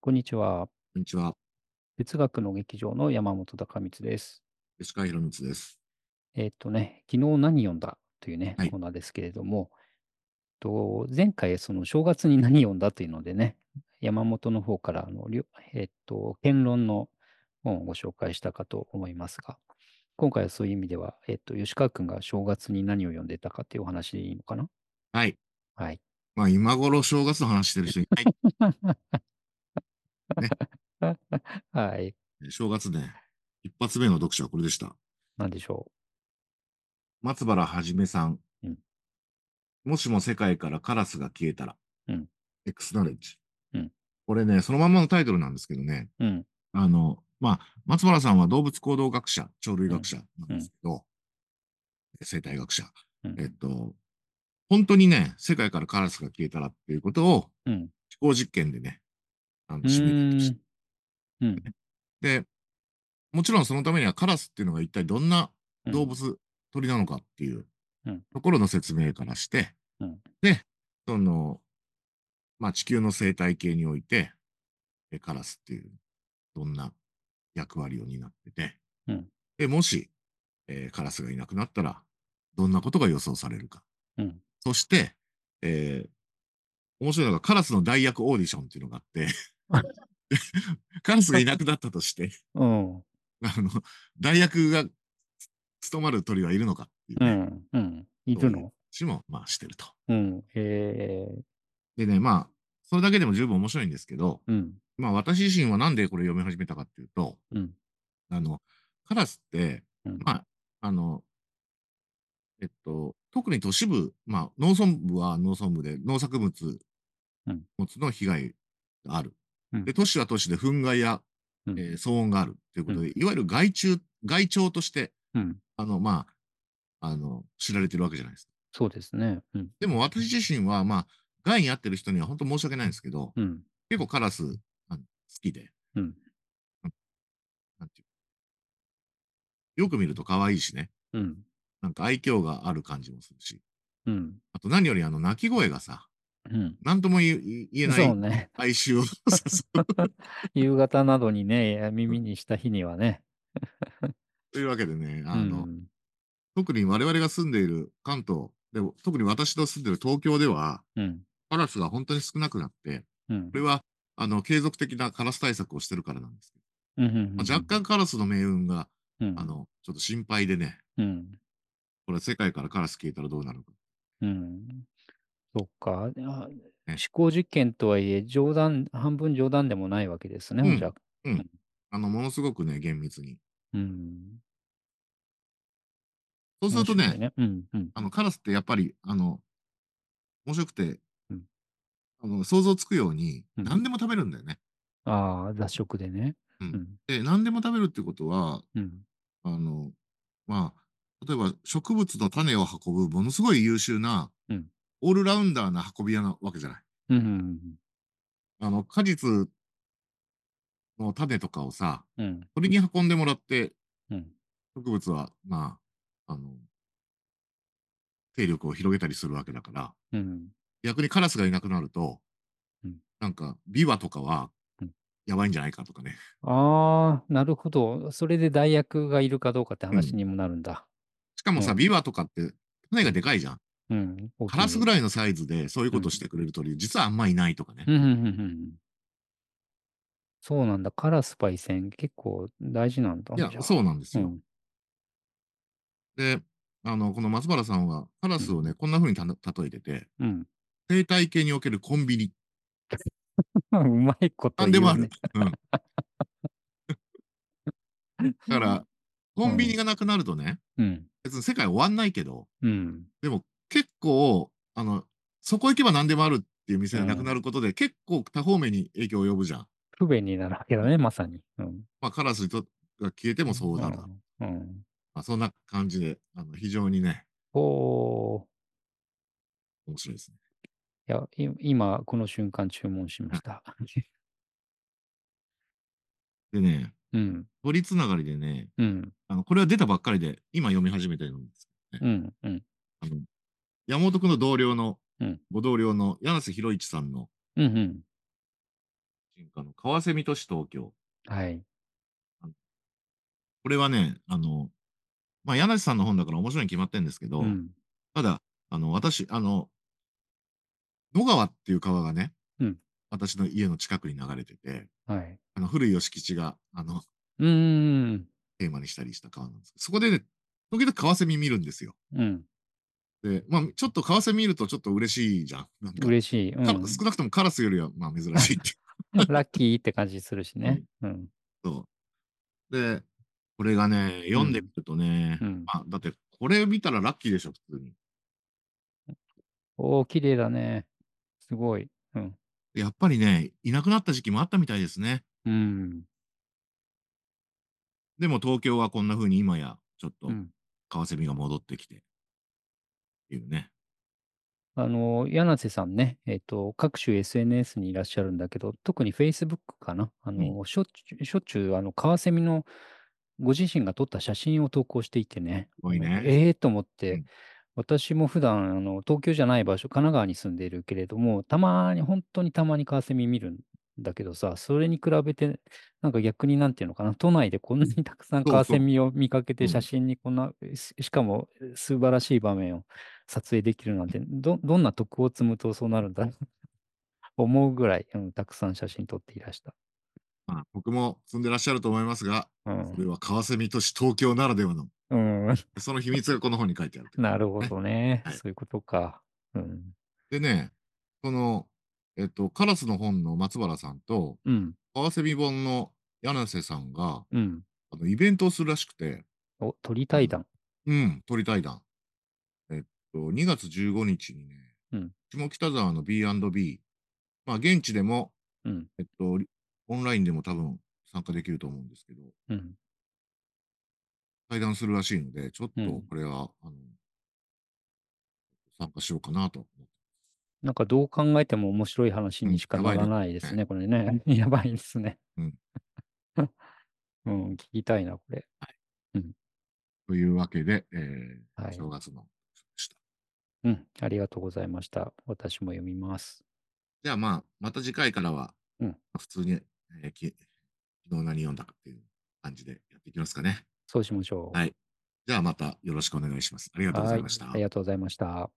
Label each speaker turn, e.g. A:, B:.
A: こんにちは。
B: こんにちは。
A: 哲学の劇場の山本隆光です。
B: 吉川博光です。
A: えっとね、昨日何読んだというね、
B: はい。
A: コーナーですけれども、と前回、その正月に何読んだというのでね、山本の方からあの、りょえっと、言論の本をご紹介したかと思いますが、今回はそういう意味では、えっと、吉川君が正月に何を読んでたかっていうお話でいいのかな
B: はい。
A: はい。
B: まあ、今頃正月の話してる人いない。ね。
A: はい。
B: 正月ね、一発目の読書はこれでした。
A: なんでしょ
B: 松原はじめさん。
A: う。うん。
B: もしも世界からカラスが消えたら、
A: うん。
B: X ナレッジ。
A: うん。
B: これね、そのまんまのタイトルなんですけどね、
A: うん。
B: あの、まあ、松原さんは動物行動学者、鳥類
A: う
B: 学
A: ん。
B: 者なん
A: う
B: で
A: ん。
B: すけど、生態学者。
A: うん。
B: えっと、本当にね、世界からカラスが消えたらっていうことを
A: うん。
B: 思考実験でね、あの、
A: う
B: シミュレート
A: ー
B: し
A: ん。うん。
B: て。で、もちろんそのためにはカラスっていうのが一体どんな
A: う
B: 動
A: ん。
B: 物、鳥なのかっていう
A: うん。
B: ところの説明からして、
A: うん。
B: で、その、まあ、地球の生態系において、えカラスっていう、どんな役割を担ってて、
A: うん。
B: で、もし、えーカラスがいなくなったら、どんなことが予想されるか。
A: うん。
B: そして、えー面白いのがカラスの代役オーディションっていうのがあって、カラスがいなくなったとして、
A: うん。
B: あの、代役が務まる鳥はいるのかっていう
A: う
B: ね、
A: ん。うん。い
B: そ
A: る
B: ういう
A: の
B: 話も、まあ、してると。
A: うん。えー、
B: でね、まあ、それだけでも十分面白いんですけど、
A: うん。
B: まあ、私自身はなんでこれ読み始めたかっていうと、
A: うん。
B: あの、カラスって、
A: うん。
B: まあ、あの、えっと、特に都市部、まあ、農村部は農村部で農作物
A: うん。
B: 物の被害がある。
A: う
B: で、
A: ん。
B: 都市は都市で憤慨や、
A: う
B: え
A: ん。
B: ー騒音があるという
A: う
B: こと
A: ん。
B: で、いわゆる害虫、害鳥として、
A: うん。
B: あの、まあ、あの、知られてるわけじゃないですか。
A: そうですね。うん。
B: でも私自身は、まあ、害に遭ってる人には本当申し訳ないんですけど、
A: うん。
B: 結構カラスあの好きで、
A: うん。
B: うんなんていうよく見ると可愛いしね、
A: うん。
B: なんか愛嬌がある感じもするし、
A: うん。
B: あと何よりあの鳴き声がさ、
A: うん
B: なんとも言い言えな
A: そう
B: い
A: ね。
B: 哀愁を 誘う
A: 夕方などにね、
B: うん
A: 耳にした日にはね。
B: というわけでね、
A: う
B: あの、
A: ん。
B: 特に我々が住んでいる関東、でも特に私の住んでいる東京では、
A: うん。
B: カラスが本当に少なくなって、
A: う
B: こ
A: ん。
B: れは、あの、継続的なカラス対策をしてるからなんですけど、
A: うん。う
B: まあ、若
A: ん。
B: 干カラスの命運が、
A: う
B: あ
A: ん。
B: の、ちょっと心配でね、
A: うん。
B: これ世界からカラス消えたらどうなるか。
A: うん。そっか。あ思
B: ね。
A: 考実験とはいえ、冗談、半分冗談でもないわけですね、
B: う
A: じゃ
B: ん、
A: あ。
B: う。
A: うんん。
B: あの、ものすごくね、厳密に。
A: うん。
B: そうす
A: 面
B: ると
A: 白い
B: ね、
A: ね。うん。うん。
B: あの、カラスってやっぱり、あの、面白くて、
A: うん。
B: あの、想像つくように、
A: うん。
B: 何でも食べるんだよね。
A: ああ、雑食でね。
B: う。
A: うんん。
B: で、何でも食べるってことは、
A: うん。
B: あの、まあ、例えば植物の種を運ぶ、ものすごい優秀な、
A: うん。
B: オールラウンダーな運び屋なわけじゃない。
A: うん。
B: あの、果実の種とかをさ、
A: うん。
B: 鳥に運んでもらって、
A: うん。
B: 植物は、まあ、あの、勢力を広げたりするわけだから、
A: うん。
B: 逆にカラスがいなくなると、
A: うん。
B: なんか、ビワとかは
A: うん
B: やばいんじゃないかとかね。
A: ああ、なるほど。それで代役がいるかどうかって
B: う
A: 話
B: ん。
A: にもなるんだ。
B: しかも
A: う
B: さ、
A: ん。
B: ビワとかって種
A: う
B: が
A: ん。
B: でかいじゃん。
A: うん。大
B: カ
A: きい
B: ラスぐ
A: ね。
B: らいのサイズでそういう
A: う
B: こと
A: ん。
B: してくれる鳥、実はあんまいないとかね。
A: うん。うん。うんうんそうなんだ。カラスパイセン、結構大事なんだ。
B: いや、
A: じゃあ。
B: そうなんです
A: う
B: よ。
A: ん。
B: で、あの、この松原さんはカラ
A: う
B: ス
A: ん。
B: をね、こんな風にたの例えてて、
A: うん。
B: 生態系におけるコンビニ。
A: うまいこと
B: なんで
A: 言
B: も
A: う
B: ある。
A: ね。
B: うん。 だから、コ
A: う
B: ンビニ
A: ん。
B: がなくなるとね、
A: うん。
B: 別に世界終わんないけど、
A: うん。
B: でも結構、あの、そこ行けば何でもあるっていう店
A: う。
B: がなくなんることで、結構多方面に影響を及ぶじゃん。
A: 不便になるわけだね、まさに。うん。
B: まあ、カラスとが消えてもそう
A: う
B: だな。
A: ん。うん。
B: まあ、そんな感じで、あの、非常にね、
A: おー。
B: 面白いですね。
A: いや、い今、この瞬間注文しま
B: は
A: し
B: い
A: た。
B: でね、
A: うん。
B: 鳥つながりでね、
A: うん。
B: あの、これは出たばっかりで、今読み始めてるんですけど
A: う
B: ね。
A: ん。うん。
B: あの、山本君の同僚の、
A: うん。
B: ご同僚の柳瀬博一さんの
A: うん。うん。
B: あの、カワセミ都市東京。
A: はい。
B: これはね、あの、まあ、柳瀬さんの本だから面白いに決まってるんですけど、
A: うん。
B: ただ、あの、私、あの、野川っていう川がね、
A: うん
B: 私の家の近くに流れてて、
A: はい。
B: あの、古い吉吉が、あの、
A: うーん。
B: テーマにしたりした川なんですけど、そこでね、時々カワセミ見るんですよ。
A: うん。
B: で、まあ、ちょっとカワセミ見るとちょっと嬉しいじゃん。なんか、
A: 嬉しい。うん、
B: カラ少なくともカラスよりは、まあ、珍しいっていう
A: ラッキーって感じするしね。うん。
B: そう。で、これがね、読んでみるとね、
A: うん。
B: まあ、だって、これ見たらラッキーでしょ、普通に。
A: おー、綺麗だね。すごい。うん。
B: やっぱりね、いなくなった時期もあったみたいですね。
A: うん。
B: でも東京はこんな風に今や、ちょっと
A: う、ん
B: カワセミが戻ってきて、っていうね。
A: あの、柳瀬さんね、えっ、と、各種 SNS にいらっしゃるんだけど、特に Facebook かな。あの、しょっちゅう、しょっちゅう、あの、カワセミのご自身が撮った写真を投稿していてね。
B: すごいね
A: ええと思って、
B: うん
A: 私も普段、あの、東京じゃない場所、神奈川に住んでいるけれども、たまに、本当にたまにカワセミ見るんだけどさ、それに比べて、なんか逆になんていうのかな、都内でこんなにたくさん
B: そうそう
A: カワセミを見かけ
B: う
A: て、
B: ん
A: 写真にこんな、ししかも素晴らしい場面を撮影できるなんて、どどんな徳を積むとそうなるんだろう 思うぐらい、うん、たくさん写真撮っていらした。
B: まあ、僕も住んでらっしゃると思いますが、
A: う
B: それ
A: ん
B: はカワセミ都市東京ならではの、
A: うん、
B: その秘密がこの本に書いてあるという
A: なるほどね、
B: はい
A: そういうことか。うん。
B: でね、その、えっと、カラスの本の松原さんと、
A: うん。
B: カワセミ本の柳瀬さんが、
A: うん。
B: あのイベントをするらしくて、
A: お、鳥対談。
B: うん、鳥対談。えっと、2月15日にね、
A: うん
B: 下北沢の B&B、まあ、現地でも、
A: うん。
B: えっと、リオンラインでも多分参加できると思うんですけど、
A: うん。
B: 対談するらしいので、ちょっと
A: うん
B: これは、あの、参加しようかなと思って。
A: なんかどう考えても面白い話
B: うん
A: にしか
B: や
A: な
B: ばいね
A: らないですね、これね。 やばいですね。
B: うん。
A: うん、聞きたいな、これ。
B: というわけで、えー
A: はい
B: 正月のした。
A: うん、ありがとうございました。私も読みます。
B: じゃあまあ、また次回からは、
A: うん
B: 普通に、えーき昨日何読んだかっていう感じでやっていきますかね。
A: そうしましょう。
B: はいじゃあまたよろしくお願いします。ありがとうございました。
A: ありがとうございました。